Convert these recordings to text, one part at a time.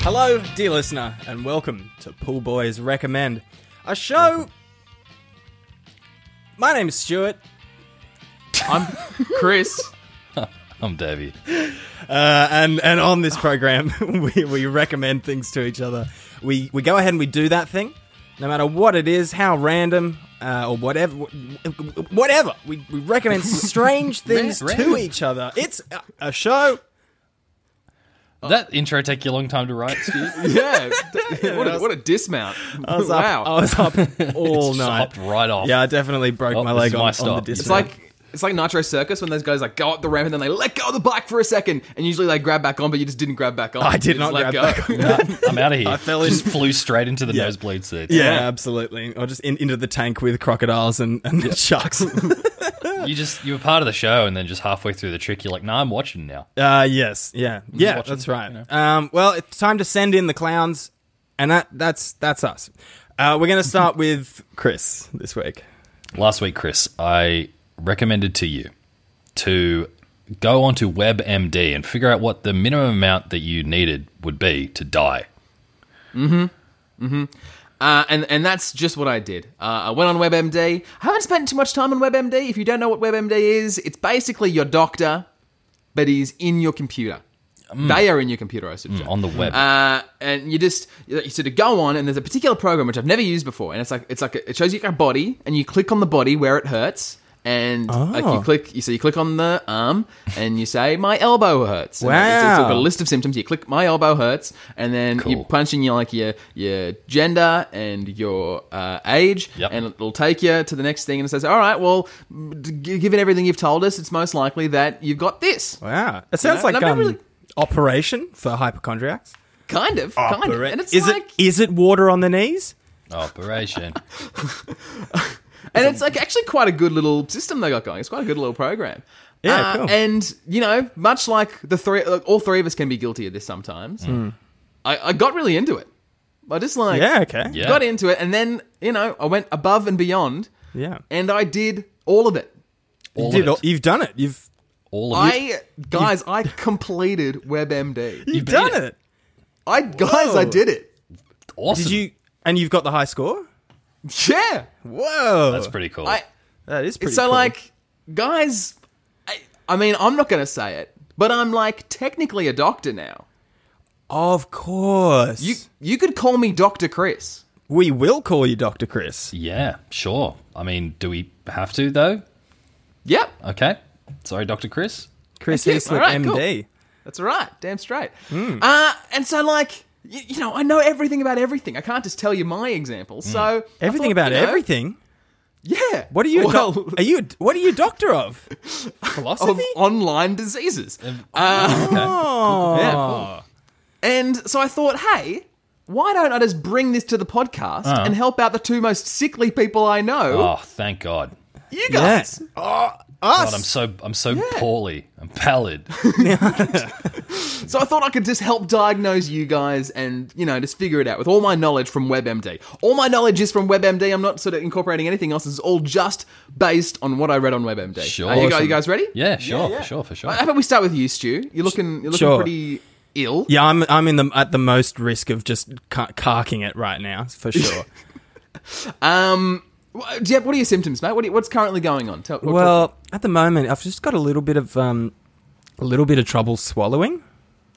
Hello, dear listener, and welcome to Pool Boys Recommend, a show. My name's Stuart. I'm Chris. I'm Davey. Uh, and and on this program, we, we recommend things to each other. We we go ahead and we do that thing, no matter what it is, how random uh, or whatever, wh- whatever. We, we recommend strange things to random. each other. It's a, a show. That intro take you a long time to write, Stu. Yeah. what, a, what a dismount. I was wow. up. Oh, I was up all Just night. hopped right off. Yeah, I definitely broke Oh, my this leg is on, my on the stop. distance. it's like it's like Nitro Circus when those guys like go up the ramp and then they let go of the bike for a second and usually they grab back on, but you just didn't grab back on. I did You just not let grab back go. Nah, I'm out of here. I fell Just flew straight into the Yeah. nosebleed seat. Yeah, absolutely. Or just in, into the tank with crocodiles and, and sharks. You just you were part of the show, and then just halfway through the trick, you're like, "Nah, I'm watching now." uh, yes, yeah, yeah, watching, that's right. you know. um, well, it's time to send in the clowns, and that that's that's us. Uh, we're going to start with Chris this week. Last week, Chris, I recommended to you to go onto WebMD and figure out what the minimum amount that you needed would be to die. Uh, and and that's just what I did. Uh, I went on WebMD. I haven't spent too much time on WebMD. If you don't know what WebMD is, it's basically your doctor, but he's in your computer. Mm. They are in your computer, I suggest. On the web, uh, and you just you sort of go on, and there's a particular program which I've never used before, and it's like it's like it shows you a body, and you click on the body where it hurts, and like Oh. you click, you so you click on the arm, and you say my elbow hurts. And it's, it's Wow. got a list of symptoms. You click my elbow hurts, and then you Cool. punch in your like your your gender and your uh, age, Yep. and it'll take you to the next thing, and it says, all right, well, g- given everything you've told us, it's most likely that you've got this. Wow, it sounds know, like and I'm not um, really- operation for hypochondriacs. Kind of, kind of, and it's is like it is it water on the knees? operation. and it's like actually quite a good little system they got going. It's quite a good little program. Yeah, Uh, cool. And you know, much like the three, like, all three of us can be guilty of this sometimes. I, I got really into it. I just like Hmm. Yeah, okay, Yeah. got into it, and then you know, I went above and beyond, yeah. and I did all of it. All You of did, it. all- you've done it. You've all of it. I guys, I completed WebMD. beat you've, done it. it. I guys, I did it. Awesome. Did you? And you've got the high score. Yeah, Whoa, That's pretty cool. I. that is pretty. so cool. like guys I, I mean i'm not going to say it but i'm like technically a doctor now of course, you you could call me dr chris we will call you Doctor Chris. yeah, sure. I mean, do we have to though? yep Okay. Sorry, Dr. Chris. Chris Okay, Eastwood, alright, cool. MD. that's all right damn straight Hmm. uh, and so like you, you know i know everything about everything i can't just tell you my example so I Hmm. Everything thought, about you know, everything. yeah What are you? a doc- well, are you? What are you a doctor of? of Philosophy. online diseases oh, Yeah, cool. And so I thought, hey, why don't I just bring this to the podcast Uh-huh. and help out the two most sickly people I know? Oh, thank God. You guys. Yeah. Oh, us. God, I'm so I'm so poorly. I'm pallid. So I thought I could just help diagnose you guys and, you know, just figure it out with all my knowledge from WebMD. All my knowledge is from WebMD. I'm not sort of incorporating anything else. It's all just based on what I read on WebMD. Sure. Are you, guys- Awesome. you guys ready? Yeah, sure, yeah. for sure, for sure. How about we start with you, Stu? You're looking, you're looking Sure. pretty ill. yeah, I'm. I'm in the at the most risk of just ca- carking it right now for sure. Um, wh- do you have, what are your symptoms, mate? What are you- what's currently going on? Tell, what- well, at the moment, I've just got a little bit of um, a little bit of trouble swallowing.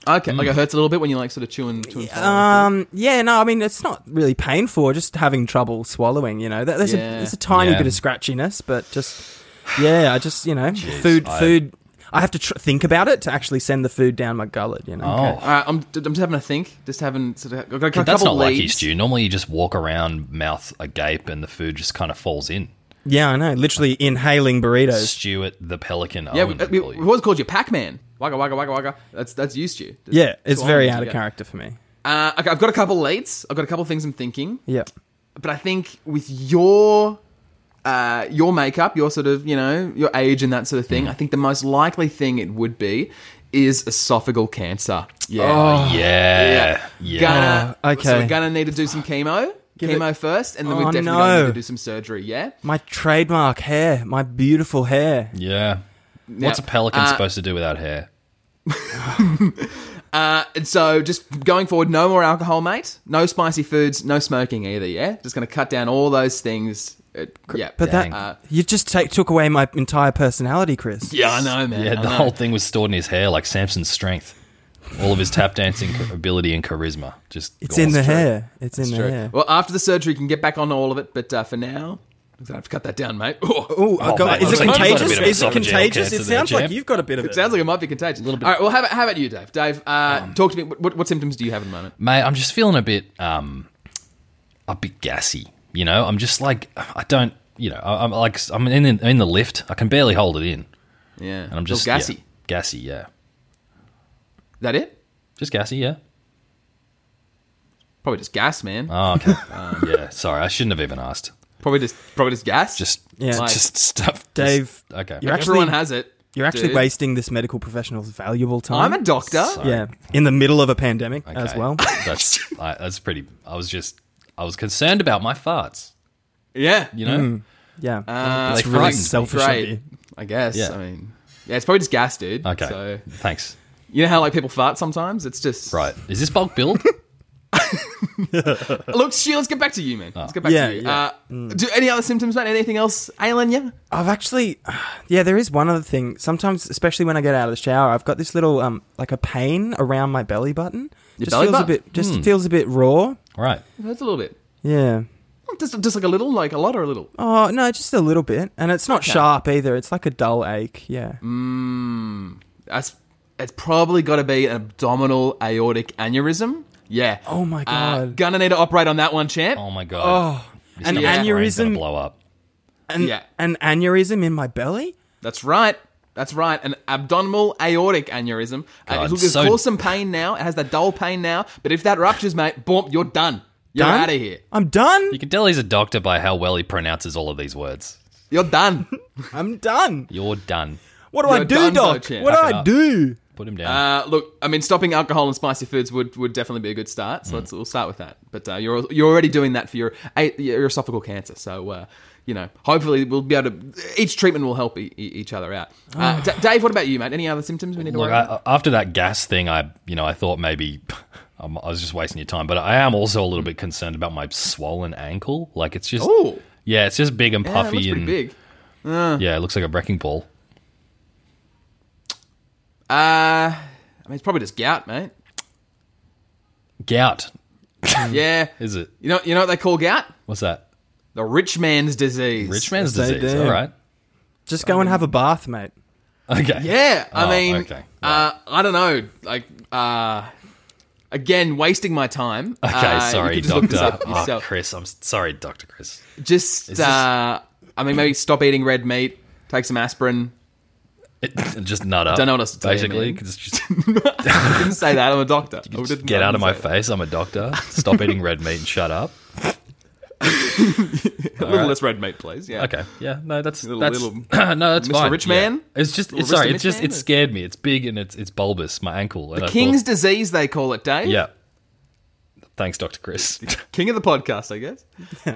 okay, like mm. it hurts a little bit when you're like sort of chewing, chewing. uh, following. Um, yeah, no, I mean it's not really painful. Just having trouble swallowing, you know. There- There's a Yeah. there's a tiny Yeah. bit of scratchiness, but just yeah, I just you know food I- food. I have to tr- think about it to actually send the food down my gullet. You know. Oh. All right, I'm, I'm just having a think. Just having sort of I've got a couple That's not like you, leads. Stu. Normally you just walk around mouth agape and the food just kind of falls in. Yeah, I know. Literally inhaling burritos. Stuart the Pelican Yeah, we, uh, Owen, I we, call we've you. always called you Pac-Man. Wagga wagga wagga wagga. That's that's you, Stu. That's- Yeah, that's it's what very I'm out of gonna character for me. get. Uh, okay, I've got a couple leads. I've got a couple things I'm thinking, Yeah. but I think with your uh, your makeup, your sort of you know your age and that sort of Mm. thing, I think the most likely thing it would be is esophageal cancer. Yeah, Oh. yeah. Yeah. Gonna, Oh, So okay. we're gonna need to do some chemo, Give chemo it- first, and then we're Oh, definitely gonna no. need to do some surgery. Yeah. My trademark hair, my beautiful hair. Yeah. What's a pelican uh, supposed to do without hair? Uh, and so just going forward, no more alcohol, mate. No spicy foods, no smoking either. Yeah, just going to cut down all those things. It- yeah, But Dang. that you just take, took away my entire personality, Chris. yeah, I know, man. Yeah, I the know. whole thing was stored in his hair, like Samson's strength, all of his tap dancing ca- ability and charisma. Just It's gone in the straight. hair. It's in the True. hair. Well, after the surgery, you can get back on all of it, but uh, for now, I'm gonna have to cut that down, mate. Ooh, Oh, God, mate, is looks it like you've got a bit contagious? of Is it esophageal contagious? cancer It there, sounds like champ. you've got a bit of It sounds like it might be contagious. A little bit. All right. Well, how about, how about you, Dave? Dave, uh, talk to me. What, what symptoms do you have at the moment? mate. I'm just feeling a bit, um, a bit gassy. You know, I'm just like, I don't, you know, I, I'm like, I'm in the, in the lift. I can barely hold it in, Yeah, and I'm just yeah, gassy. gassy, yeah, Is that it? just gassy, yeah. Probably just gas, man. Oh, okay, um, yeah. Sorry, I shouldn't have even asked. probably just probably just gas. Just, Yeah. yeah, just stuff, just- Dave, okay, you're actually- everyone has it. You're actually dude. wasting this medical professional's valuable time. I'm a doctor. So- Yeah, in the middle of a pandemic as Okay. well. That's I, that's pretty. I was just, I was concerned about my farts. Yeah, You know, Hmm. Yeah, Uh, it's they really frightened me. selfish of great. you. I guess. Yeah. I mean, yeah, it's probably just gas, dude. okay, So thanks. you know how like people fart sometimes. It's just Right, is this bulk build? Look, Stu, let's get back to you, Ah. man. Let's get back Yeah, to you. yeah. Mm. Uh, Do any other symptoms, mate? Anything else ailing you? I've actually, yeah, there is one other thing. Sometimes, especially when I get out of the shower, I've got this little, um, like a pain around my belly button. just belly feels button? a bit, just Hmm. feels a bit raw. Right. That's a little bit. Yeah. Just, just like a little, like a lot or a little. Oh no, just a little bit, and it's not sharp either. It's like a dull ache. Yeah. Mm. That's it's probably got to be an abdominal aortic aneurysm. Yeah. Oh my Uh, god. gonna need to operate on that one, champ. Oh my god. oh, Your an stomach's brain's gonna aneurysm, blow up. an, Yeah. an aneurysm in my belly. That's right. That's right. An abdominal aortic aneurysm. Uh, God, it'll just so- cause some pain now. It has that dull pain now. But if that ruptures, mate, boom, you're done. You're Done? out of here. I'm done. You can tell he's a doctor by how well he pronounces all of these words. You're done. I'm done. You're done. What do You're I do, done, doc? Doctor. What do Pack it I up. do? Put him down. Uh, look, I mean, stopping alcohol and spicy foods would, would definitely be a good start. Hmm. So let's, we'll start with that. But uh, you're you're already doing that for your a- your esophageal cancer. So uh, you know, hopefully we'll be able to. Each treatment will help e- e- each other out. Uh, D- Dave, what about you, mate? Any other symptoms we need to Look, worry about? I, after that gas thing, I you know I thought maybe um, I was just wasting your time, but I am also a little bit concerned about my swollen ankle. Like it's just Oh, yeah, it's just big and yeah, that puffy looks pretty and big. yeah, it looks like a wrecking ball. Uh, I mean, it's probably just gout, mate. Gout Yeah, is it? you know you know what they call gout? What's that? The rich man's disease. Rich man's Yes, I disease. do. All right. Just go and have a bath, mate. Okay. Yeah, I Oh, mean, okay. uh, I don't know. Like, uh, again, wasting my time. Okay, Uh, you sorry, could just look this Doctor. up Oh, yourself. Chris, I'm s- sorry, Doctor Chris. just, this- uh, I mean, maybe stop eating red meat, take some aspirin. just nut up. Don't know what else to tell you, Basically, man. 'cause just, I didn't say that. I'm a doctor. I just didn't- get I out of my didn't say face. I'm a doctor. Stop eating red meat and shut up. that. A little Alright. less red meat, please. Yeah. Okay. Yeah. No, that's Little- that's little- no, that's Mr. fine. Rich Yeah. Man? It's just it's Mr. sorry. Rich It's just Man? it scared me. It's big and it's it's bulbous. My ankle. And I King's Thought, disease, they call it, Dave. yeah. Thanks, Doctor Chris. King of the podcast, I guess.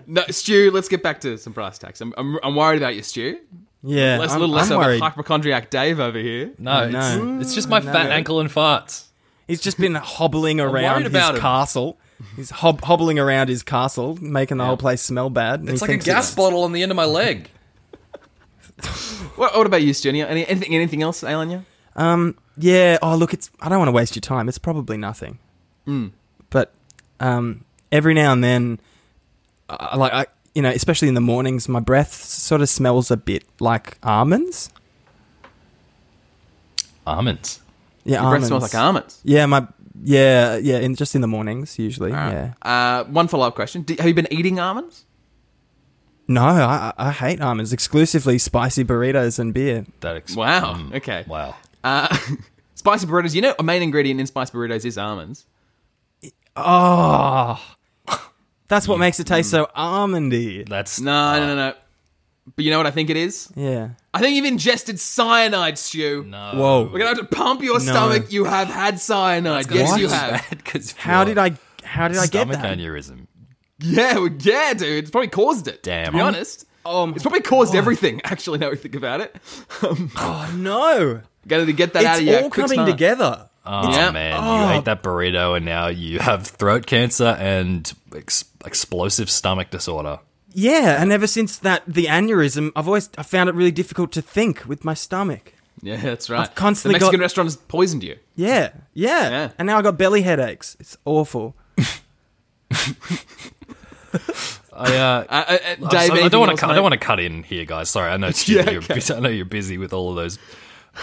no, Stu, let's get back to some brass tacks. I'm, I'm, I'm worried about you, Stu. Yeah, Less, a I'm, little less I'm of a worried. hypochondriac Dave over here. No, no. it's, it's just my fat ankle and farts. He's just been hobbling around his about him. castle. He's hob- hobbling around his castle, making the whole place smell bad. and It's he like a thinks gas bottle on the end of my leg. What, what about you, Stu? Any, anything, anything else, Alanya? Yeah. Oh, look, it's. I don't want to waste your time. It's probably nothing. Mm. But um, every now and then, I, like I, you know, especially in the mornings, my breath sort of smells a bit like almonds. Almonds. Yeah, Your breath almonds. smells like almonds. Yeah, my. Yeah, yeah. In just in the mornings usually. Yeah. Uh, one follow up question: Do, Have you been eating almonds? No, I, I I hate almonds. Exclusively spicy burritos and beer. That ex- mm, Wow. Okay. Wow. Uh, spicy burritos. You know, a main ingredient in spicy burritos is almonds. Oh. That's what makes it taste mm. so almondy. That's No, no, no, no. But you know what I think it is? Yeah. I think you've ingested cyanide, Stu. No. Whoa. We're gonna have to pump your stomach. You have had cyanide. Yes, What? you have. How did I how did I get Stomach that? aneurysm. Yeah, well, yeah, dude. It's probably caused it. Damn. To be honest, Oh, it's probably caused everything. Actually, now we think about it. Um, no. gotta get that out It's of you. all quick coming smart. together. Oh Yeah. man, Oh. you ate that burrito and now you have throat cancer and ex- explosive stomach disorder. Yeah, and ever since that the aneurysm, I've always I found it really difficult to think with my stomach. Yeah, that's right. constantly the Mexican got- restaurant has poisoned you. Yeah, yeah. Yeah. And now I got belly headaches. It's awful. I, uh, Uh, uh, uh, I- Dave, I, anything don't want else, to. I mate? don't want to cut in here, guys. Sorry, I know. Steve, Yeah, you're, okay. busy- I know you're busy with all of those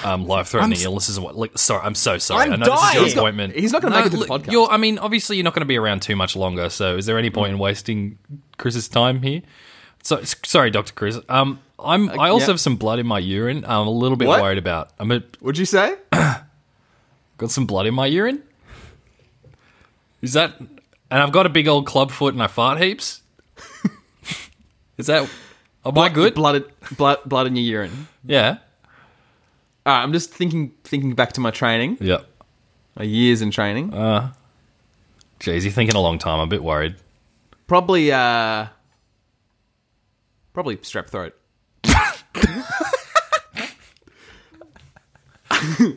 um, life-threatening I'm s- illnesses and what. Like, sorry, I'm so sorry. I'm I know this is dying. your He's not- appointment. he's not gonna make it to the look, podcast. Mm. You're, I mean, obviously, you're not going to be around too much longer. So, is there any point in wasting Chris's time here? So, s- sorry, Doctor Chris. Um, I'm. I also Uh, yeah. have some blood in my urine. I'm a little bit What? worried about. I'm a, Would you say? got some blood in my urine. Is that? And I've got a big old club foot and I fart heaps. is that? Am I good? Blood, blood, blood in your urine. Yeah. All right, I'm just thinking, thinking back to my training, Yep. my years in training. Uh. Jeez, you're thinking a long time. I'm a bit worried. probably, uh, probably strep throat.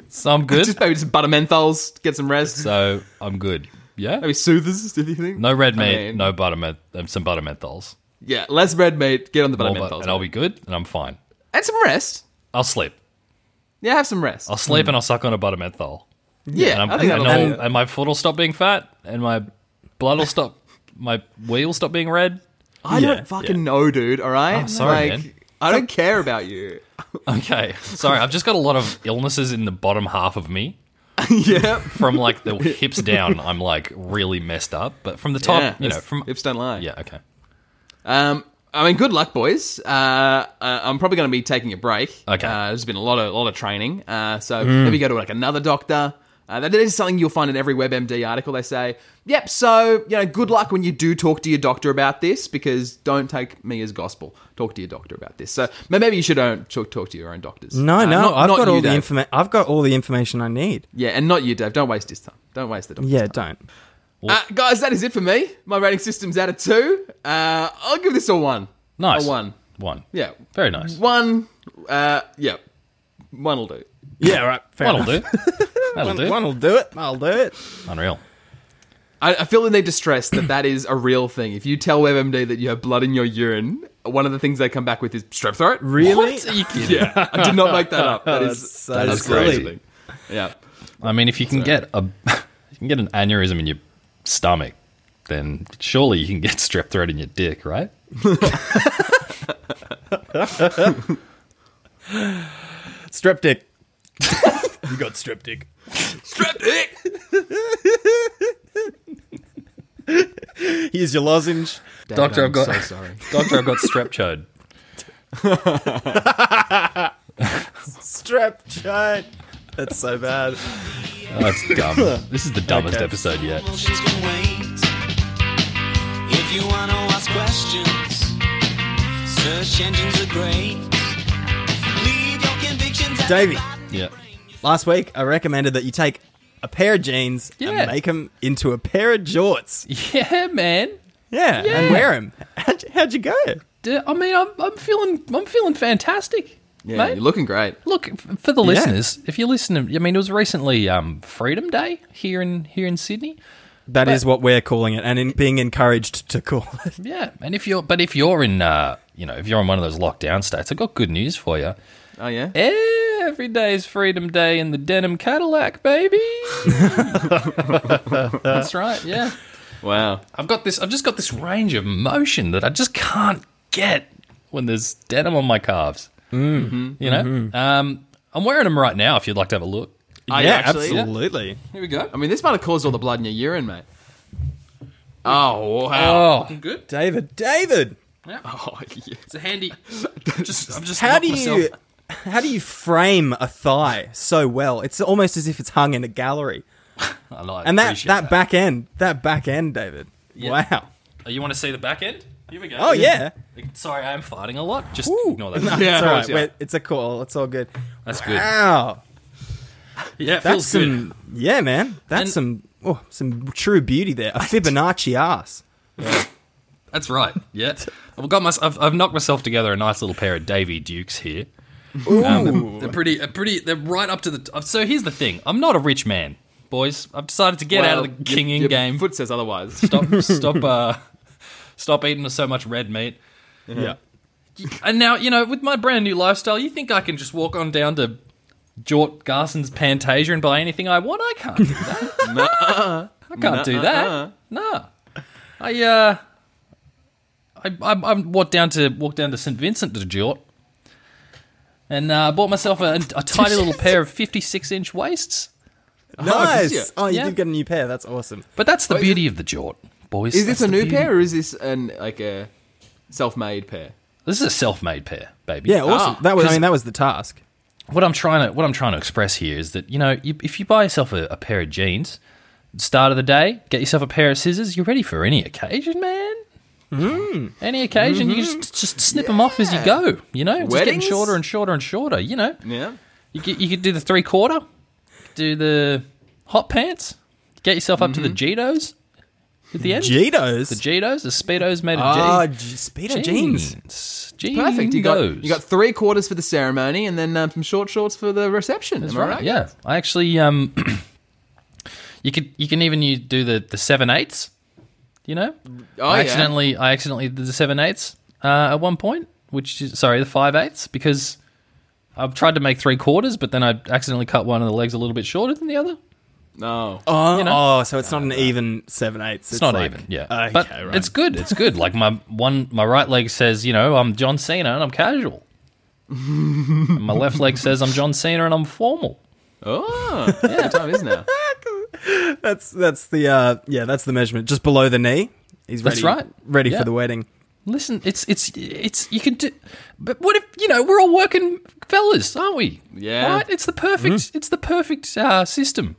So I'm good. Just maybe just butter menthols, get some rest, so I'm good. Yeah. maybe soothers if you think. No red I meat, mean- no butter met, um, some butter menthols, Yeah, less red meat. Get on the butter More bu- menthols, and I'll be good, and I'm fine. and some rest. I'll sleep. Yeah, have some rest. I'll sleep, and I'll suck on a butter menthol. Hmm. yeah, and, I'm, I think and, that'll I'll- do it. and my foot will stop being fat, and my blood will stop. My wee will stop being red. I Yeah. don't fucking know, dude. All right, sorry, like, man. I don't care about you. Okay, sorry. I've just got a lot of illnesses in the bottom half of me. yep. From like the hips down, I'm like really messed up. But from the top, yeah, you know, that's- from hips don't lie. yeah, okay. Um, I mean, good luck, boys. Uh, I- I'm probably going to be taking a break. Okay. Mm. Uh, there's been a lot of lot of training. Uh, so maybe go to like another doctor. Uh, that is something you'll find in every WebMD article. They say, "Yep." So you know, good luck when you do talk to your doctor about this, because don't take me as gospel. Talk to your doctor about this. So ma- maybe you should don't talk, talk to your own doctors. No, Uh, no, not- I've not got you, all the Dave. information. I've got all the information I need. Yeah, and not you, Dave. Don't waste his time. Don't waste the doctor. Yeah, don't. Uh, guys, that is it for me. My rating system's out of two. Uh, I'll give this a one. Nice A one. one. Yeah. very nice. One. Uh, yeah. One will do. Yeah, right. Fair One'll do. That'll do. One'll do it. I'll do it. Unreal. I, I feel the need to stress that that is a real thing. If you tell WebMD that you have blood in your urine, one of the things they come back with is strep throat. Really? What? Are you kidding? Yeah. I did not make that up. That is That's so that is silly. crazy. Yeah. I mean, if you can get a, you can get an aneurysm in your stomach, then surely you can get strep throat in your dick, right? Strep dick. you got strep dick. Strep dick. Here's your lozenge. Doctor, I'm I've got- so sorry. Doctor, I've got strep chode. Strep chode. That's so bad. That's dumb. This is the dumbest Okay. episode yet. Well, she's gonna wait. If you wanna ask questions, search engines are great. Leave your convictions at Davey. the bottom. Yeah. Last week, I recommended that you take a pair of jeans Yeah. and make them into a pair of jorts. Yeah, man. Yeah, and wear them. How'd, you- how'd you go? D- I mean, I'm, I'm feeling, I'm feeling fantastic, Yeah, mate. you're looking great. Look f- for the listeners. If you listen to, I mean, it was recently um, Freedom Day here in here in Sydney. That is what we're calling it, and in, being encouraged to call it. Yeah, and if you're, but if you're in, uh, you know, if you're in one of those lockdown states, I have got good news for you. Oh yeah. Eh. Every day's Freedom Day in the denim Cadillac, baby. That's right. Yeah, Wow. I've got this. I've just got this range of motion that I just can't get when there's denim on my calves. Mm-hmm. You know, um, I'm wearing them right now. If you'd like to have a look, Are you actually? absolutely. here we go. I mean, this might have caused all the blood in your urine, mate. Oh wow. Oh, good. David, David, Oh, yeah. It's a handy. Just, I'm just. how locked do myself- you how do you frame a thigh so well? It's almost as if it's hung in a gallery. I like, And that appreciate that, back end, that back end, David. Wow. Oh, you want to see the back end? Here we go. Oh yeah. Sorry, I am farting a lot. Just ignore that. No, Yeah, it's all no, it's- right. yeah. We're- It's a call. It's all good. That's good. Wow. Yeah, it That's feels good. some Yeah, man. That's And- some oh, some true beauty there. A Fibonacci ass. That's right. Yeah, I've got my, I've, I've knocked myself together a nice little pair of Davy Dukes here. Um, they're pretty, they're pretty. They're right up to the. T- so here's the thing: I'm not a rich man. boys. I've decided to get out of the Well, your- kinging your game. Foot says otherwise. Stop, stop, uh, stop eating so much red meat. yeah. And now, you know, with my brand new lifestyle, you think I can just walk on down to Jort Garson's Pantasia and buy anything I want? I can't do that. I can't do that. No. I, uh, I, I, I walked down to walked down to St Vincent to Jort, and uh, bought myself a, a tiny little pair of fifty-six inch waists. nice. yeah. Oh, you Yeah. did get a new pair. That's awesome. But that's the beauty of the Jort, boys. Is this That's the a new beauty. pair or is this an like a self-made pair? This is a self-made pair, baby. Yeah, awesome. Ah, that was. I 'cause- mean, that was the task. what I'm trying to what I'm trying to express here is that you know you, if you buy yourself a, a pair of jeans, at the start of the day, get yourself a pair of scissors. You're ready for any occasion, man. Any occasion, you just just snip them off as you Hmm. Mm-hmm. Yeah. go. You know, it's just getting Weddings? shorter and shorter and shorter. You know, Yeah. you could, you could do the three quarter, do the hot pants, get yourself up to the Mm-hmm. Jetos at the end. Jeetos. the Jetos, the speedos made of Ah, G- G- speedo jeans. jeans. Jeans. Perfect. You got you got three quarters for the ceremony and then um, some short shorts for the reception. That's am I right. right? Yeah, I actually um, you could you can even you do the the seven eighths. You know, Oh, I yeah. accidentally I accidentally did the seven eighths uh, at one point, which is sorry the five eighths because I've tried to make three quarters, but then I accidentally cut one of the legs a little bit shorter than the other. No. Oh, You know? oh, so it's not an even seven eighths. It's, It's not like- uh, even, yeah. Okay, but right. it's good. It's good. Like my one, my right leg says, you know, I'm John Cena and I'm casual. and my left leg says I'm John Cena and I'm formal. Oh, yeah. the time is now. Mm-hmm. that's that's the uh, yeah, that's the measurement just below the knee. He's ready, That's right. Ready Yeah. for the wedding. Listen, it's it's it's you can do, but what if you know we're all working fellas, aren't we? Yeah. right. It's the perfect it's the perfect uh, system.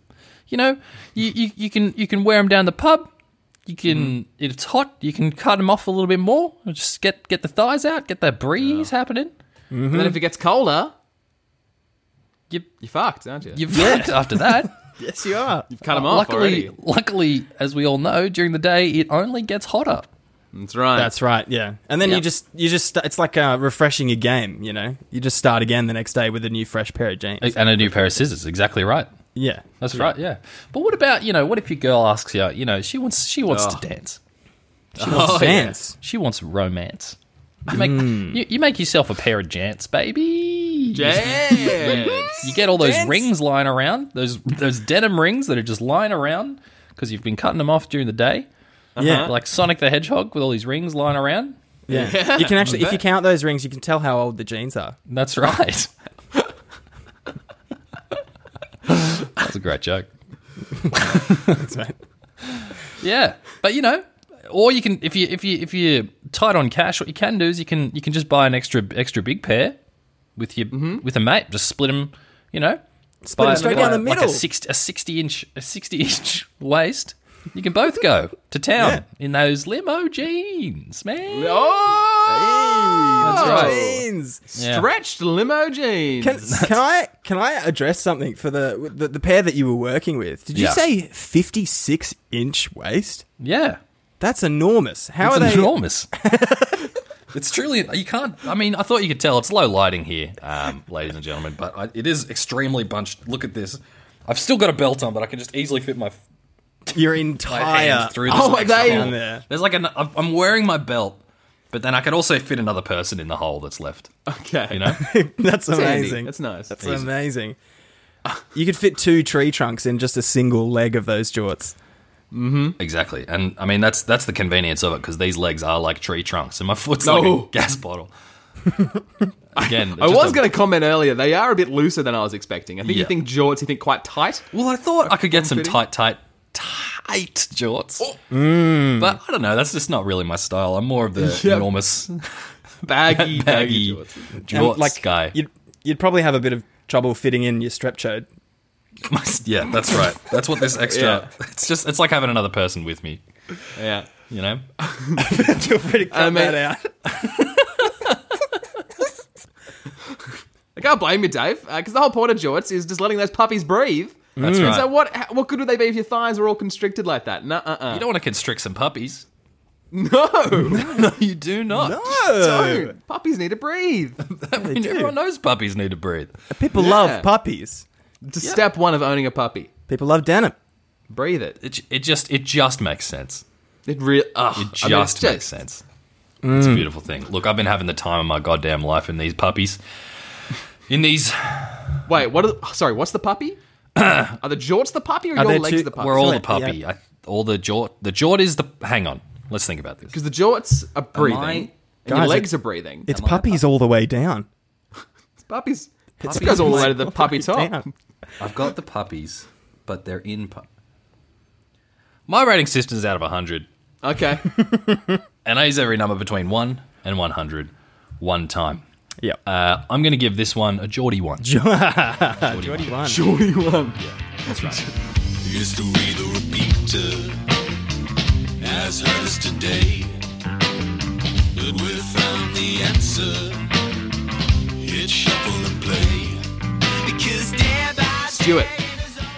You know, you, you you can you can wear them down the pub. You can if it's hot, you can cut them off a little bit more. and Just get get the thighs out, get that breeze happening. And then if it gets colder, You you're fucked, aren't you? you've after that. Yes, you are. cut them off luckily, already. luckily, as we all know, during the day it only gets hotter. That's right. That's right. Yeah, and then you Yep. just you just st- it's like uh, refreshing your game. You know, you just start again the next day with a new fresh pair of jeans. And a new pair of scissors. Exactly right. yeah, That's right, yeah. But what about you know? What if your girl asks you? You know, she wants she wants Oh. to dance. oh, dance. She wants romance. You make you, you make yourself a pair of jants, baby. Jets. You get all those Jants. rings lying around. Those those denim rings that are just lying around because you've been cutting them off during the day, Yeah, Uh-huh. like Sonic the Hedgehog with all these rings lying around. yeah. Yeah. You can actually, if you Bet. count those rings, you can tell how old the jeans are. That's right. That's a great joke. That's right. Yeah, but you know, or you can if you if you if you're tight on cash, what you can do is you can you can just buy an extra extra big pair with your with a mate. Just split them, you know, Mm-hmm. Split 'em buy- straight buy down the like middle. a six a sixty inch a sixty inch waist. You can both go to town Yeah. in those limo jeans, man. Oh, That's right. Jeans. Yeah. stretched limo jeans. Can, can I can I address something for the, the the pair that you were working with? Did you Yeah. say fifty six inch waist? Yeah, That's enormous. How it's are they? enormous. It's truly you can't. I mean, I thought you could tell. It's low lighting here, um, ladies and gentlemen, but I, it is extremely bunched. Look at this. I've still got a belt on, but I can just easily fit my Your my entire hand through this Oh, extra they- hole. Yeah. There's like an. I'm I'm wearing my belt, but then I could also fit another person in the hole that's left. okay. You know, That's That's handy. amazing. That's nice. That's amazing. You could fit two tree trunks in just a single leg of those jorts. exactly. And I mean, that's that's the convenience of it because these legs are like tree trunks, and my foot's No. like a gas bottle. Again, I was going to comment earlier. They are a bit looser than I was expecting. I think you Yeah. think jorts, you think quite tight. Well, I thought I could get some fitting. tight, tight, tight jorts, but I don't know. That's just not really my style. I'm more of the Yeah. enormous Baggy, baggy, baggy jorts. And, jorts guy. You'd, you'd probably have a bit of trouble fitting in your strepchode. yeah, that's right. That's what this extra. Yeah. It's just it's like having another person with me. Yeah. You know. Feel free to cut I mean- that out. I can't blame you, Dave, because the whole point of jorts is just letting those puppies breathe. That's right. So what? h- What good would they be if your thighs were all constricted like that? Nuh uh. You don't want to constrict some puppies. No, No, you do not. No, don't. Puppies need to breathe. I mean, do. everyone knows puppies need to breathe. people Yeah. love puppies. It's step one of owning a puppy. People love denim. Breathe it. It, it just it just makes sense. It really. It just makes sense. It's a beautiful thing. Look, I've been having the time of my goddamn life in these puppies. In these, Wait, what? Are the, sorry, what's the puppy? are the jorts the puppy or Are your there legs two- the puppy? we're all the Excellent, puppy. I, all the jort. The jort is the. Hang on. Let's think about this. because the jorts are breathing, I- and your Guys, legs are breathing. It's puppies all the way down. It's puppies. It goes all the way to the puppy top. Down. I've got the puppies, but they're in. Pu- my rating system's out of hundred, Okay. and I use every number between one and one hundred, one time. Yep. Uh, I'm going to give this one a Geordie one. Geordie won. Jordy one. History the repeater has hurt us today. But we found the answer. Hit shuffle and play. Because day by Stuart.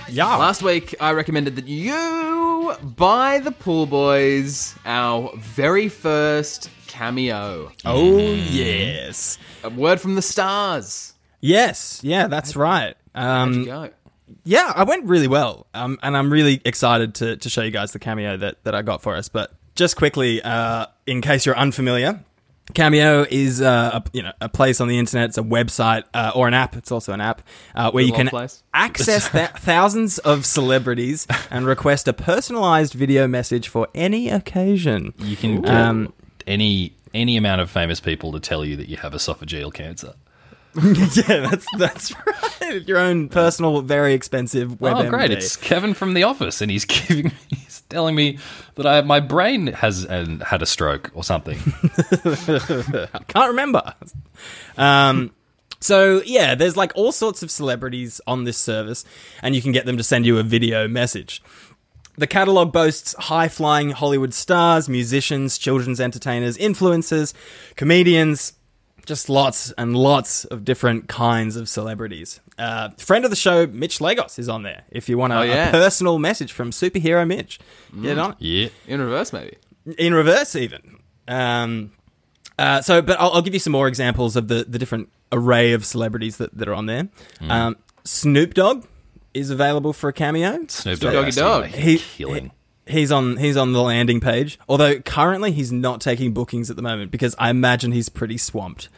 Yeah. Last week, I recommended that you buy the Pool Boys our very first cameo. oh yes. A word from the stars. Yes. Yeah, that's right. Um, Go. yeah, I went really well, um, and I'm really excited to, to show you guys the cameo that, that I got for us. But just quickly, uh, in case you're unfamiliar, Cameo is uh, a, you know a place on the internet. It's a website uh, or an app. It's also an app uh, where you old can place. access th- thousands of celebrities and request a personalized video message for any occasion. You can get Um, any any amount of famous people to tell you that you have esophageal cancer. yeah, that's that's right. Your own personal, very expensive WebMD. oh, great! It's Kevin from The Office, and he's giving me, he's telling me that I my brain has and had a stroke or something. Can't remember. Um, so yeah, there's like all sorts of celebrities on this service, and you can get them to send you a video message. The catalog boasts high flying Hollywood stars, musicians, children's entertainers, influencers, comedians, just lots and lots of different kinds of celebrities. Uh, friend of the show, Mitch Lagos, is on there. If you want a, Oh, a yeah. personal message from superhero Mitch, get on. it yeah, In reverse, maybe. in reverse even. Um, uh, so, but I'll, I'll give you some more examples of the, the different array of celebrities that, that are on there. Um, Snoop Dogg is available for a cameo. Snoop Doggy Dogg, Dog. He- killing. He's on he's on the landing page. Although currently he's not taking bookings at the moment because I imagine he's pretty swamped.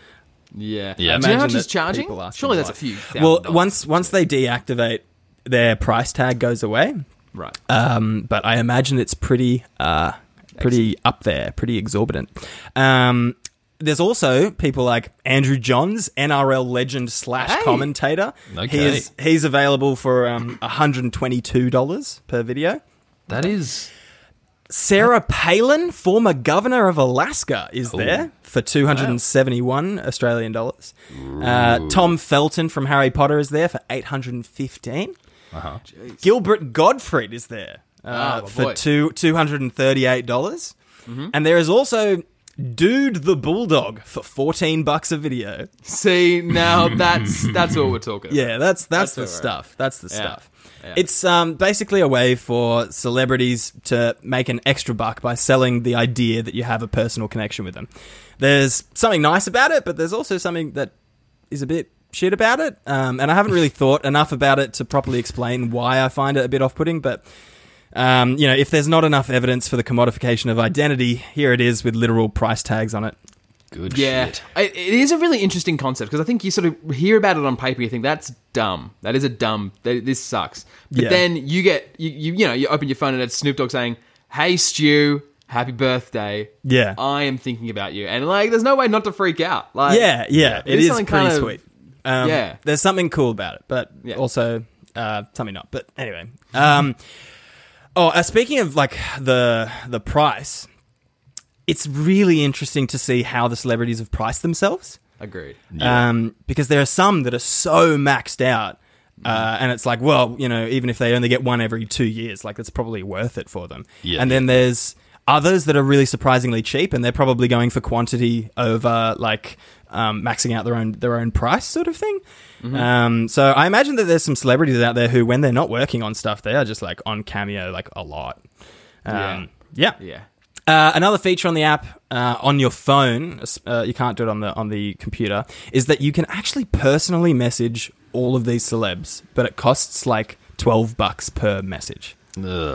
Yeah. Yeah. Do you know how much Imagine he's that charging? people ask Surely him that's a why. few. thousand Well, dollars. once once they deactivate their price tag goes away, Right. um, but I imagine it's pretty, uh, pretty up there, pretty exorbitant. Um, there's also people like Andrew Johns, NRL legend slash Hey. commentator. Okay. He is, he's available for um, $122 per video. That is Sarah Palin, former governor of Alaska, is there for 271 Australian dollars. Uh, Tom Felton from Harry Potter is there for 815. Gilbert Gottfried is there Ah, uh, my boy. Mm-hmm. for two, $238. dollars And there is also Dude the Bulldog for 14 bucks a video. See, now that's that's what we're talking. about. Yeah, that's that's, That's the all right. stuff. That's the stuff. Yeah. It's um, basically a way for celebrities to make an extra buck by selling the idea that you have a personal connection with them. There's something nice about it, but there's also something that is a bit shit about it. Um, and I haven't really thought enough about it to properly explain why I find it a bit off-putting. But um, you know, if there's not enough evidence for the commodification of identity, here it is with literal price tags on it. good. Yeah, shit. It, it is a really interesting concept because I think you sort of hear about it on paper, you think that's dumb. That is a dumb. That, this sucks. But Yeah. then you get you, you you know you open your phone and it's Snoop Dogg saying, "Hey Stu, happy birthday. Yeah. I am thinking about you." And like, there's no way not to freak out. Like, yeah, yeah, it is is something pretty kind of- sweet. Um, yeah. there's something cool about it, but Yeah. also uh, something not. But anyway, um, oh, uh, speaking of like the the price, it's really interesting to see how the celebrities have priced themselves. agreed. Um, because there are some that are so maxed out. Uh, and it's like, well, you know, even if they only get one every two years, like that's probably worth it for them. Yeah. and then there's others that are really surprisingly cheap, and they're probably going for quantity over like um, maxing out their own their own price sort of thing. Um, so I imagine that there's some celebrities out there who, when they're not working on stuff, they are just like on cameo like a lot. Um, yeah, Yeah, uh, another feature on the app uh, on your phone, uh, you can't do it on the on the computer, is that you can actually personally message all of these celebs, but it costs like 12 bucks per message. So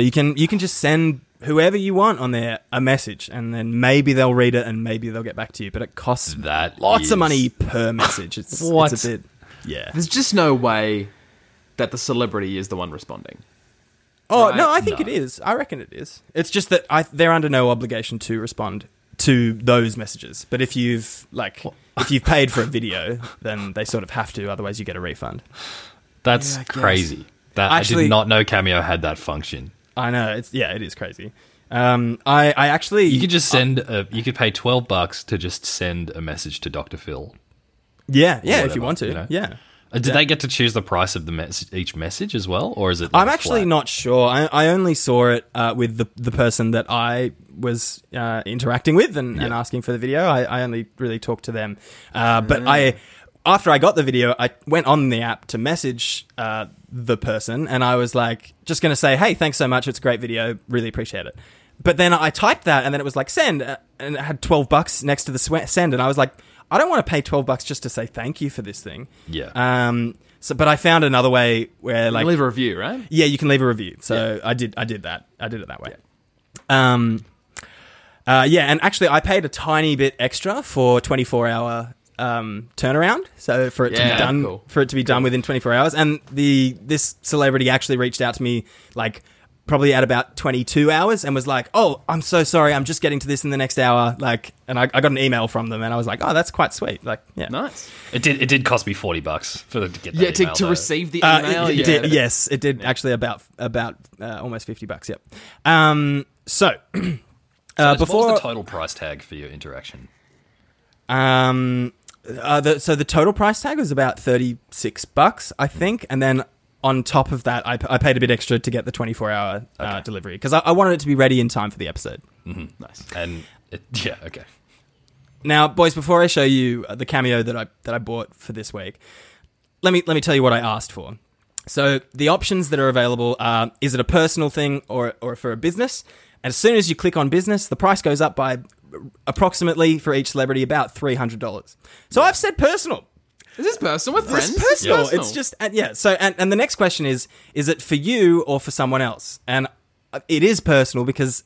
you can you can just send whoever you want on there a message and then maybe they'll read it and maybe they'll get back to you, but it costs That lots is- of money per message. It's, What? it's a bit yeah. There's just no way that the celebrity is the one responding. Oh right? no, I think No. it is. I reckon it is. It's just that I, they're under no obligation to respond to those messages. But if you've like if you've paid for a video, then they sort of have to. Otherwise, you get a refund. That's I guess. crazy. That I Actually- did not know Cameo had that function. I know. It's yeah, it is crazy. Um, I I actually You could just send a, you could pay 12 bucks to just send a message to Dr. Phil. yeah yeah if whatever, you want to you know? yeah. Uh, Did they get to choose the price of the mes- each message as well, or is it? I'm like actually flat? not sure. I, I only saw it uh, with the the person that I was uh, interacting with and, and asking for the video. I, I only really talked to them, uh, but I after I got the video, I went on the app to message uh, the person, and I was like, just going to say, "Hey, thanks so much. It's a great video. Really appreciate it." But then I typed that, and then it was like send, uh, and it had twelve bucks next to the swe- send, and I was like, I don't want to pay twelve bucks just to say thank you for this thing. Yeah. Um. So, but I found another way where like Leave a review, right? yeah, you can leave a review. So I did. I did that. I did it that way. Um, uh, yeah, and actually, I paid a tiny bit extra for twenty four hour um, turnaround. So for it to Yeah, be done cool. for it to be done within twenty four hours, and the this celebrity actually reached out to me like probably at about 22 hours and was like oh i'm so sorry i'm just getting to this in the next hour like and I, I got an email from them and i was like oh that's quite sweet like yeah Nice. It did. It did cost me 40 bucks for them to get. That Yeah, to, email, to though. receive the Uh, email. it- it yeah. did- yes, it did actually about about uh, almost fifty bucks. Yep. Um, so, uh, What was before the total price tag for your interaction? um, uh, the, so the total price tag was about thirty six bucks, I think, and then on top of that, I, p- I paid a bit extra to get the twenty four hour uh, delivery because I, I wanted it to be ready in time for the episode. Nice. And it, yeah, okay. Now, boys, before I show you uh, the cameo that I that I bought for this week, let me let me tell you what I asked for. So the options that are available are: is it a personal thing or or for a business? As soon as you click on business, the price goes up by approximately for each celebrity about three hundred dollars. So I've said personal. Is this personal? We're friends. It's personal. It's just and yeah. So and, and the next question is: is it for you or for someone else? And uh, it is personal because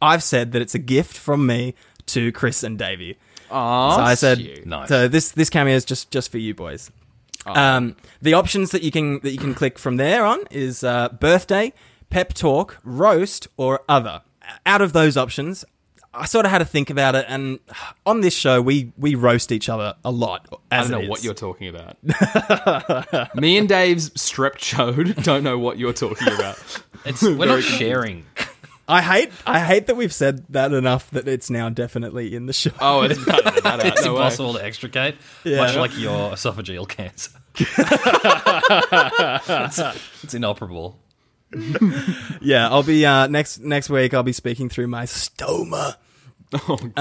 I've said that it's a gift from me to Chris and Davey. Aw, So I said, cute. Nice. so this this cameo is just just for you boys. Oh. Um, the options that you can that you can click from there on is uh, birthday, pep talk, roast, or other. Out of those options, I sort of had to think about it, and on this show we we roast each other a lot. I As don't it know is. what you're talking about. Me and Dave's strep chode don't know what you're talking about. It's, we're not sharing. I hate I hate that we've said that enough that it's now definitely in the show. Oh, it's, no, no, no, no, It's no way. impossible to extricate, much like your esophageal cancer. it's, it's inoperable. Yeah, I'll be uh, next next week. I'll be speaking through my stoma. Um,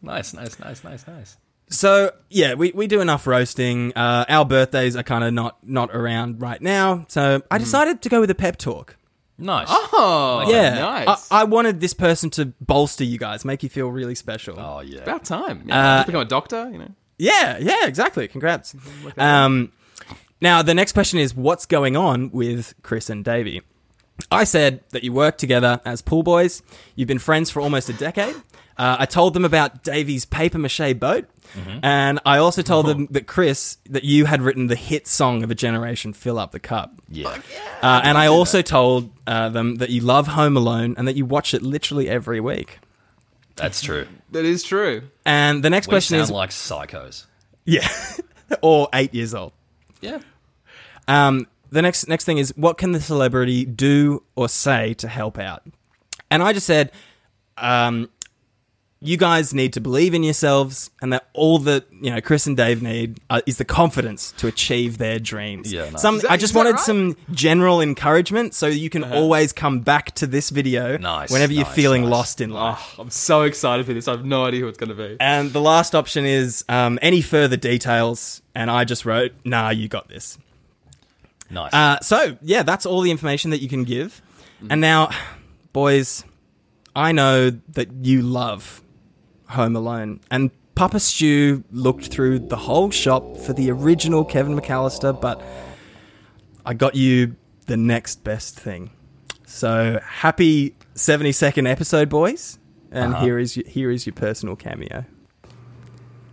nice, nice, nice, nice, nice. So yeah, we, we do enough roasting. Uh, our birthdays are kind of not not around right now, so I decided to go with a pep talk. Nice. Mm. Oh, Yeah, nice. I, I wanted this person to bolster you guys, make you feel really special. oh, yeah. about time. Uh, Yeah, just become a doctor, you know. Yeah, yeah, exactly. Congrats. Um, now the next question is, what's going on with Chris and Davey? I said that you work together as pool boys. You've been friends for almost a decade. Uh, I told them about Davey's paper mache boat, and I also told them that Chris, that you had written the hit song of a generation, "Fill Up the Cup." Yeah. Uh, and I also told uh, them that you love Home Alone and that you watch it literally every week. That's true. That is true. And the next We question sound is, like psychos. yeah, or eight years old. Yeah. Um, the next next thing is what can the celebrity do or say to help out? And I just said, um, you guys need to believe in yourselves, and that all that you know Chris and Dave need uh, is the confidence to achieve their dreams. Yeah, nice. some that- I just is that wanted right? some general encouragement so you can always come back to this video Uh-huh. Nice, whenever you're nice, feeling nice. lost in life. Oh, I'm so excited for this. I have no idea who it's going to be. And the last option is um, any further details, and I just wrote, "Nah, you got this." Nice. Uh, so yeah, that's all the information that you can give. And now, boys, I know that you love Home Alone, and Papa Stew looked through the whole shop for the original Kevin McAllister, but I got you the next best thing. So happy 72nd episode, boys. And here is your, here is your personal cameo.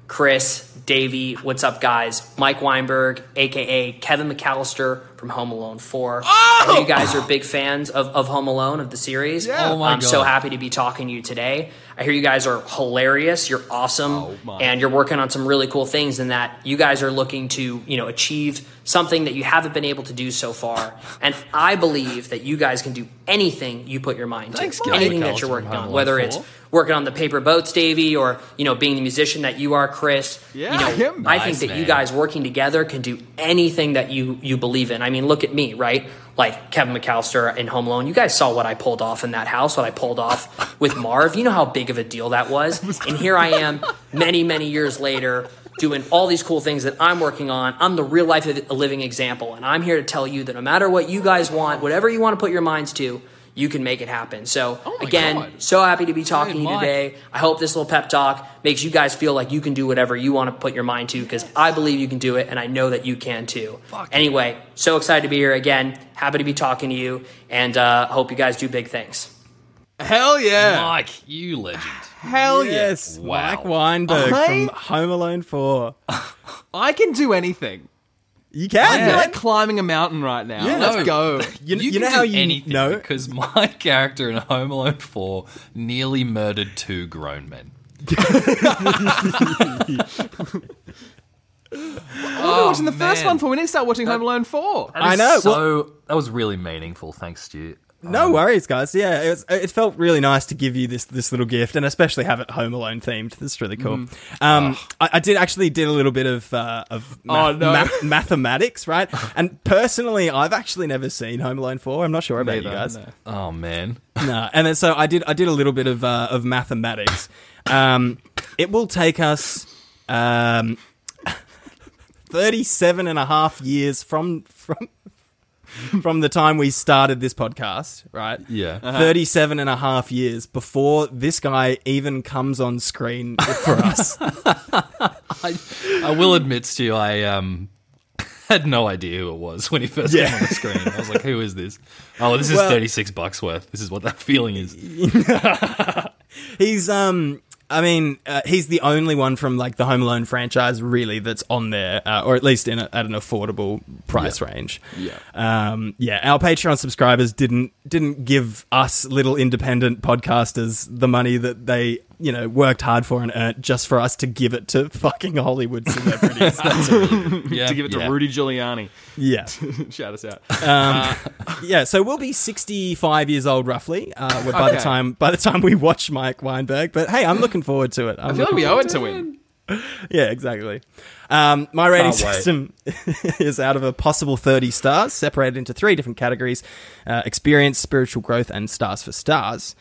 Chris, Davey, what's up, guys? Mike Weinberg, aka Kevin McAllister from Home Alone 4. I know you guys are big fans of, of Home Alone, of the series. Oh! Yeah. Oh my I'm so God. happy to be talking to you today. I hear you guys are hilarious, you're awesome, Oh, and you're working on some really cool things in that you guys are looking to, you know, achieve something that you haven't been able to do so far. and I believe that you guys can do anything you put your mind Thanks, to. Kevin anything McAllister that you're from working Home on, Alone whether it's 4. working on the paper boats, Davey, or you know, being the musician that you are, Chris. Yeah, you know, him. I think Nice, that man. you guys working together can do anything that you you believe in. I mean, look at me, right? Like Kevin McAllister in Home Alone. You guys saw what I pulled off in that house, what I pulled off with Marv. You know how big of a deal that was. And here I am, many many years later. Doing all these cool things that I'm working on. I'm the real life of- living example, and I'm here to tell you that no matter what you guys want, whatever you want to put your minds to, you can make it happen. So, Oh my again, God. so happy to be talking to you Mike. today. I hope this little pep talk makes you guys feel like you can do whatever you want to put your mind to because I believe you can do it and I know that you can too. Anyway, so excited to be here again. Happy to be talking to you and uh, hope you guys do big things. Hell yeah. Mike, you legend. Hell yes. Yes, Wow. Mike Weinberg I- from Home Alone 4. I can do anything. You I feel can. like climbing a mountain right now. Yeah. Let's No. go. You, you, can know do how you anything know? because my character in Home Alone 4 nearly murdered two grown men. What are we watching the first man. one for? We need to start watching Home Alone 4. That I is know, So that was really meaningful. Thanks, Stu. No worries, guys. Yeah, it, was, it felt really nice to give you this this little gift, and especially have it Home Alone themed. That's really cool. Mm. Um, I, I did actually did a little bit of uh, of math- Oh, no. math- mathematics, right? and personally, I've actually never seen Home Alone four. I'm not sure about you Neither, guys. no. Oh man, No, and then so I did. I did a little bit of uh, of mathematics. Um, it will take us um, 37 and a half years from from from the time we started this podcast, right? Yeah. Uh-huh. 37 and a half years before this guy even comes on screen for us. I, I will admit, Stu, I um had no idea who it was when he first Yeah. came on the screen. I was like, "Who is this?" Oh, this is Well- thirty six bucks worth. This is what that feeling is. he's um I mean, uh, he's the only one from like the Home Alone franchise, really, that's on there, uh, or at least in a, at an affordable price range. Yeah. um, yeah. Our Patreon subscribers didn't didn't give us little independent podcasters the money that they you know worked hard for and earned just for us to give it to fucking Hollywood celebrities. Yeah, to give it to yeah. Rudy Giuliani. yeah, Shout us out. yeah. So we'll be sixty five years old roughly uh, by the Okay. time by the time we watch Mike Weinberg. But hey, I'm looking forward to it. I'm I feel like we owe it to him. Yeah, exactly. Um, my rating Can't wait. system is out of a possible 30 stars, separated into three different categories uh, experience, spiritual growth, and stars for stars.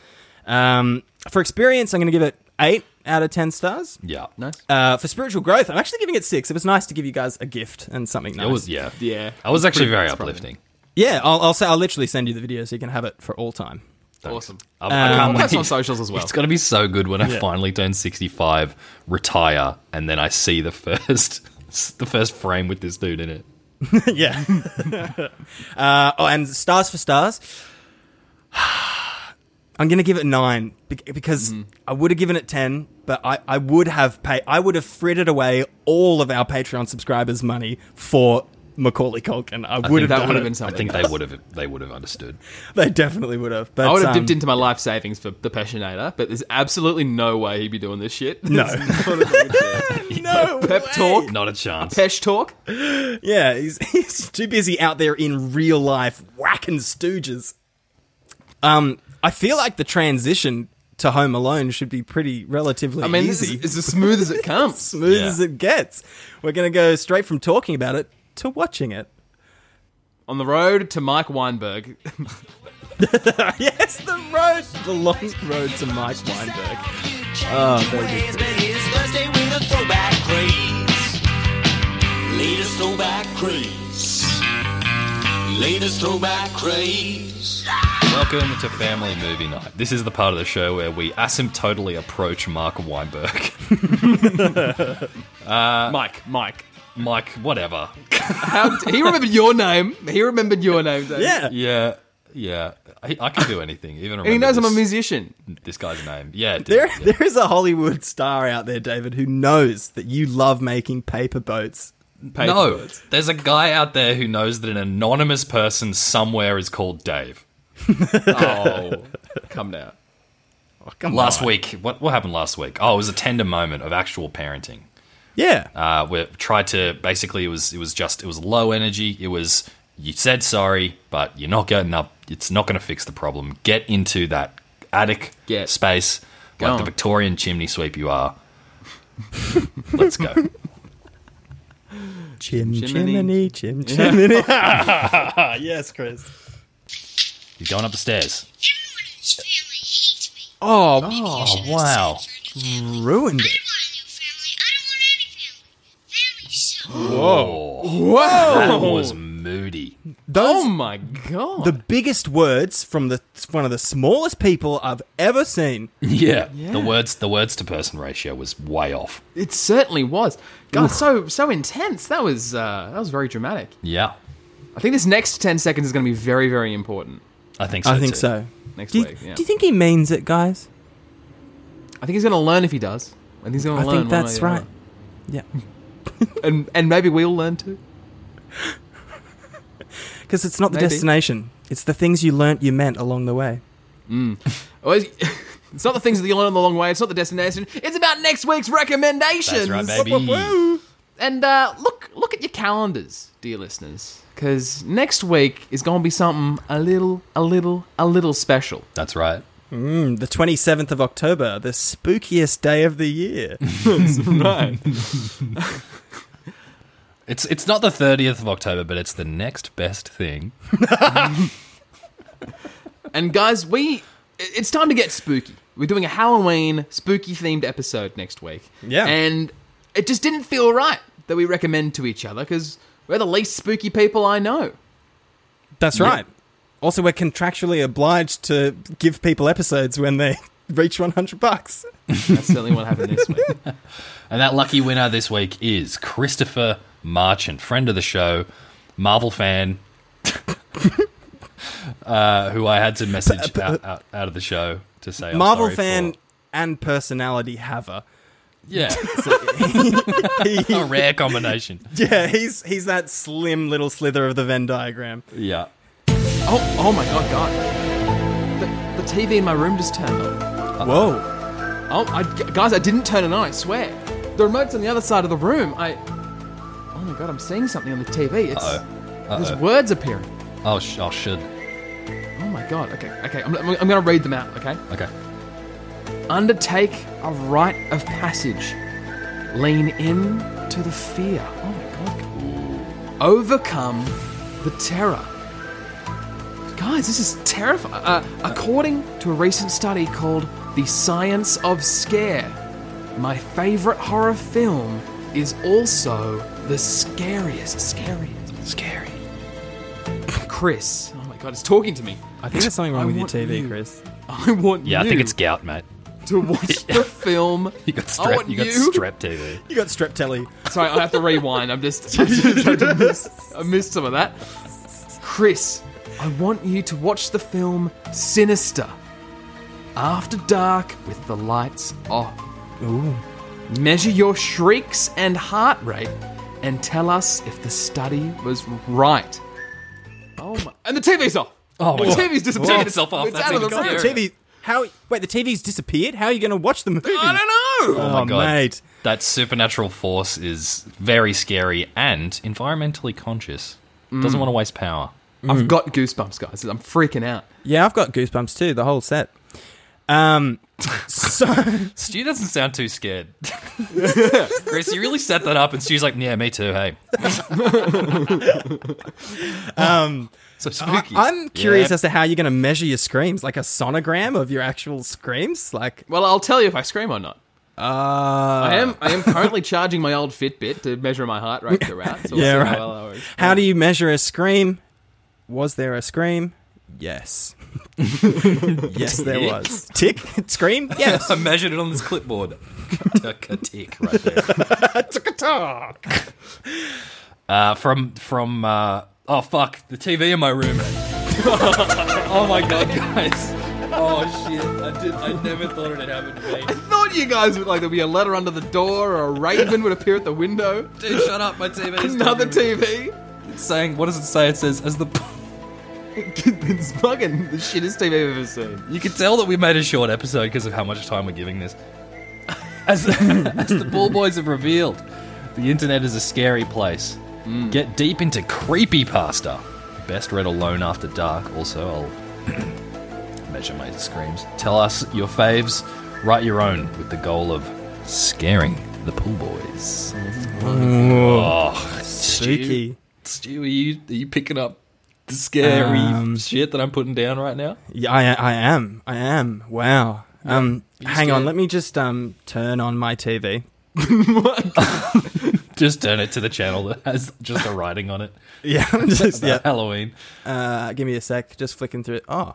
Um, for experience, I'm going to give it 8 out of 10 stars. Yeah, Nice. Uh, for spiritual growth, I'm actually giving it 6. It was nice to give you guys a gift and something nice. it was. Yeah, Yeah. I was actually very it's probably- uplifting. yeah, I'll, I'll, say, I'll literally send you the video so you can have it for all time. Thanks. Awesome. I, I can't Post wait. on socials as well. It's going to be so good when I finally turn 65, retire, and then I see the first the first frame with this dude in it. yeah. uh, oh, and stars for stars. I'm gonna give it nine bec- because Mm-hmm. I would have given it ten, but I, I would have pay I would have frittered away all of our Patreon subscribers' money for Macaulay Culkin. I would have that done would it. have been I something. think they would have they would have understood. They definitely would have. But I would have um, dipped into my life savings for the Passionator, but there's absolutely no way he'd be doing this shit. No. um, no Pep way. talk, Not a chance. pesh talk. Yeah, he's, he's too busy out there in real life whacking stooges. Um, I feel like the transition to Home Alone should be pretty relatively I mean, this easy, is, it's as smooth as it comes. smooth Yeah. as it gets. We're gonna go straight from talking about it to watching it. On the road to Mike Weinberg. Yes, the road, the long road to Mike Weinberg. Oh, ways, but here's Thursday with a throwback craze. Latest throwback craze. Latest throwback craze. Welcome to Family Movie Night. This is the part of the show where we asymptotally approach Mark Weinberg. Uh, Mike, Mike. Mike, whatever. How, he remembered your name. He remembered your name, Dave. Yeah. Yeah, yeah. I, I can do anything. Even remember And he knows this, I'm a musician. this guy's name. Yeah, dude, There, yeah. there is a Hollywood star out there, David, who knows that you love making paper boats. no, there's a guy out there who knows that an anonymous person somewhere is called Dave. Oh, come now. Last week, what what happened last week? Oh, it was a tender moment of actual parenting. Yeah. Ah, uh, where tried to basically it was it was just it was low energy. It was you said sorry, but you're not getting up. It's not going to fix the problem. Get into that attic Get- space like on. the Victorian chimney sweep you are. Let's go. Chim, Chimney. chimney, chim, chimney. yes, Chris. You're going up the stairs. His family hates me. Oh, Oh wow! Ruined it. I want a new family. I don't want any family. Family sucks. Whoa! whoa. That was moody. Oh, my God. The biggest words from the one of the smallest people I've ever seen. Yeah. The words the words to person ratio was way off. it certainly was. God, so so intense. That was uh, that was very dramatic. Yeah, I think this next 10 seconds is going to be very, very important I think so. I think too. so. next Do you, week. Yeah. do you think he means it, guys? I think he's going to learn if he does. I think he's going I to learn. think one way that's or the right. other. Yeah. And, and maybe we'll learn too. Because it's not the Maybe. destination, it's the things you learnt you meant along the way. Well, it's it's not the things that you learn on the long way. It's not the destination. It's about next week's recommendations. That's right, baby. And uh, look, look at your calendars, dear listeners, because next week is going to be something a little, a little, a little special. That's right. Mm, the 27th of October, the spookiest day of the year. Right. It's it's not the thirtieth of October, but it's the next best thing. and guys, we it's time to get spooky. We're doing a Halloween spooky themed episode next week. Yeah. And it just didn't feel right that we recommend to each other because we're the least spooky people I know. That's right. Also, we're contractually obliged to give people episodes when they reach 100 bucks. That's certainly what happened this week. And that lucky winner this week is Christopher Marchant, friend of the show, Marvel fan, uh, who I had to message out, out, out of the show to say I'm Marvel sorry fan for- and personality haver. yeah, a rare combination. Yeah, he's he's that slim little slither of the Venn diagram. Yeah, Oh, oh my god, God. The, the TV in my room just turned on. Whoa. Oh, I, guys, I didn't turn it on, I swear. The remote's on the other side of the room. I. Oh my god, I'm seeing something on the TV. It's. There's words appearing. oh, sh- oh, should Oh my god, okay, okay. I'm, I'm, I'm gonna read them out, okay? okay. Undertake a rite of passage. Lean in to the fear. Oh my god. Overcome the terror. Guys, this is terrifying. Uh, according to a recent study called The Science of Scare, my favorite horror film is also the scariest. Scariest. Scary. Chris. Oh my god, it's talking to me. I think there's something wrong I with your want TV, you. Chris. I want Yeah, I think you it's gout, mate. to watch the film. You got I strep. want You got strep TV. You got strep telly. Sorry, I have to rewind. I'm just. I, missed, I missed some of that. Chris, I want you to watch the film Sinister. After dark with the lights off. Ooh. Measure your shrieks and heart rate and tell us if the study was right. Oh my. And the TV's off! Oh my the God. TV's disappeared. Turned itself off. It's That's out of the even room. The scarier. TV. How? Wait, the TV's disappeared. How are you going to watch the movie? I don't know! Oh my god, mate. that supernatural force is very scary and environmentally conscious. Doesn't Mm. want to waste power. I've got goosebumps, guys. I'm freaking out. Yeah, I've got goosebumps too. The whole set. Um. So. Stu doesn't sound too scared. Chris, you really set that up, and Stu's like, "Yeah, me too." Hey, um, so spooky. Um, I'm curious Yeah. as to how you're going to measure your screams, like a sonogram of your actual screams. Like, Well, I'll tell you if I scream or not. uh, I am I am currently charging my old Fitbit to measure my heart rate throughout. So Yeah, we'll see right. How, well I was. How do you measure a scream? Was there a scream? Yes. yes, there was. Tick, scream, yes. I measured it on this clipboard. Tick a tick right there. Uh, from from uh, oh fuck the TV in my room. oh my god, guys. Oh shit! I did. I never thought it'd happen to me. Thought you guys would like there'd be a letter under the door or a raven would appear at the window. Dude, shut up. My TV. Is Another TV. It's saying. What does it say? It says as the. it's fucking the shittest TV I've ever seen. You could tell that we made a short episode because of how much time we're giving this. As, as the ball boys have revealed, the internet is a scary place. Get deep into creepy pasta. Best read alone after dark. Also, I'll measure my screams. Tell us your faves. Write your own with the goal of scaring the pool boys. Oh, Spooky. Stu, are you, are you picking up the scary Um, shit that I'm putting down right now? Yeah, I, I am. I am. Wow. Um, hang scared? on. Let me just um turn on my TV. Just turn it to the channel that has just a writing on it. Yeah, I'm just Yeah. yeah. Halloween. Uh, give me a sec. Just flicking through it. Oh,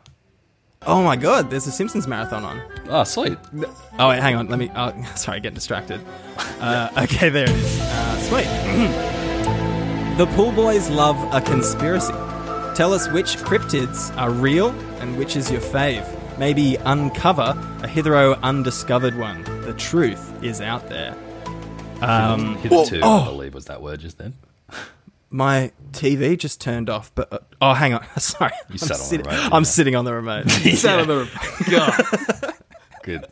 oh my God! There's a Simpsons marathon on. Oh, sweet. Oh wait, hang on. Let me. Oh, sorry, getting distracted. Uh, okay, there it is. Uh, sweet. the pool boys love a conspiracy. Tell us which cryptids are real and which is your fave. Maybe uncover a hitherto undiscovered one. The truth is out there. Um, Hitherto, oh. I believe was that word just then. my TV just turned off, but uh, oh, hang on. sorry, I'm, sat on the sitting- remote, yeah. I'm sitting on the remote. Sound of the Good.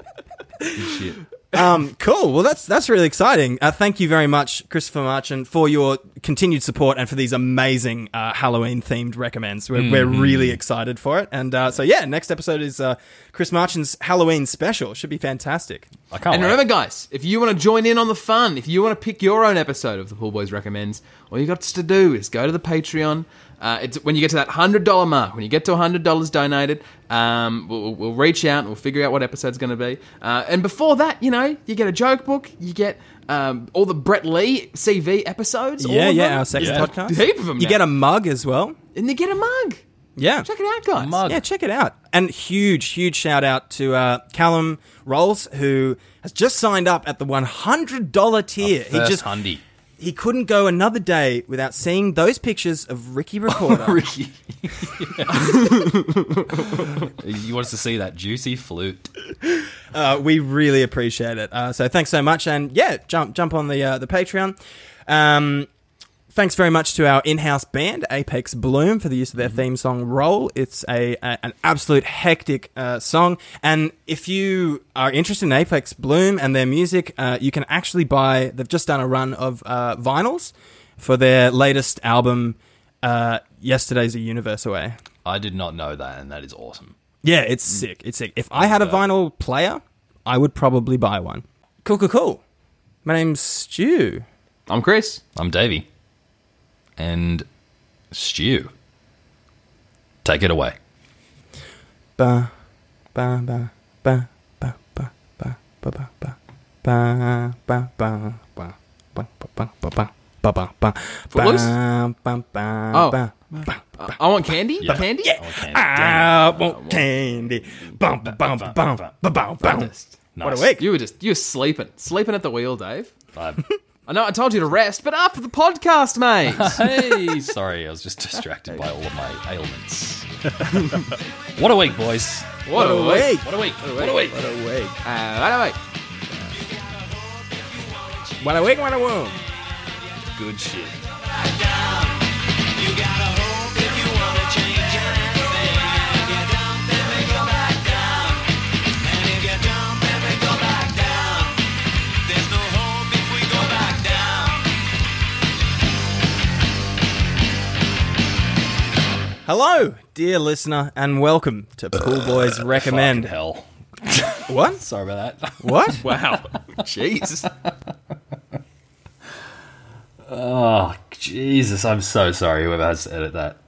Good shit. Um, cool. Well, that's that's really exciting. Uh, thank you very much, Christopher Marchin, for your continued support and for these amazing uh, Halloween themed recommends. We're, we're Mm-hmm. really excited for it. And uh, so, yeah, next episode is uh, Chris Marchin's Halloween special. Should be fantastic. I can't. And wait. remember, guys, if you want to join in on the fun, if you want to pick your own episode of the Pool Boys Recommends, all you got to do is go to the Patreon. Uh, it's when you get to that hundred dollar mark. When you get to hundred dollars donated, um, we'll, we'll- we'll reach out and we'll figure out what episode's going to be. Uh, and before that, you know, you get a joke book. You get um, all the Brett Lee CV episodes. all yeah, of yeah, them. our sex Yeah. podcast. Heap of 'em You now. get a mug as well. and you get a mug. Yeah. Check it out, guys. Mug. Yeah, check it out. And huge, huge shout out to uh, Callum Rolls, who has just signed up at the $100 tier. First he just hundy. he couldn't go another day without seeing those pictures of Ricky Recorder. You want us to see that juicy flute? Uh, we really appreciate it. Uh, so thanks so much, and yeah, jump jump on the uh, the Patreon. Um, thanks very much to our in-house band Apex Bloom for the use of their theme song "Roll." It's a, a an absolute hectic uh, song, and if you are interested in Apex Bloom and their music, uh, you can actually buy. They've just done a run of uh, vinyls for their latest album. Uh, Yesterday's a universe away. I did not know that, and that is awesome. Yeah, it's sick. It's sick. If I had a vinyl player, I would probably buy one. Cool, cool, cool. My name's Stu. I'm Chris. I'm Davey, and Stew. Take it away. Ba, ba, ba, ba, ba, ba, ba, ba, ba, ba, ba, ba, ba, ba, ba, ba, ba, ba, ba, ba, ba. Footloose? Ba, ba, ba, Oh. ba, ba. Uh, I want candy. Yeah. Candy. I want candy. I want candy. Bum, bum, bum, bum, bum, bum, bum. What Nice. a week. Oh, You were just you were sleeping, sleeping at the wheel, Dave. I- I know I told you to rest, but after the podcast, mate. hey, sorry, I was just distracted by all of my ailments. what a week, boys! what a week. What a week! What a week! What a week. Uh, what a week. What a week, what a week. Good shit. You gotta hope if you wanna change anything. If you don't, then we go back down. And if you don't, then we go back down. There's no hope if we go back down. Hello, dear listener, and welcome to Pool Boys Fucking Recommend. hell. What? Sorry about that. What? Wow. Jeez. Oh, Jesus, I'm so sorry whoever has to edit that.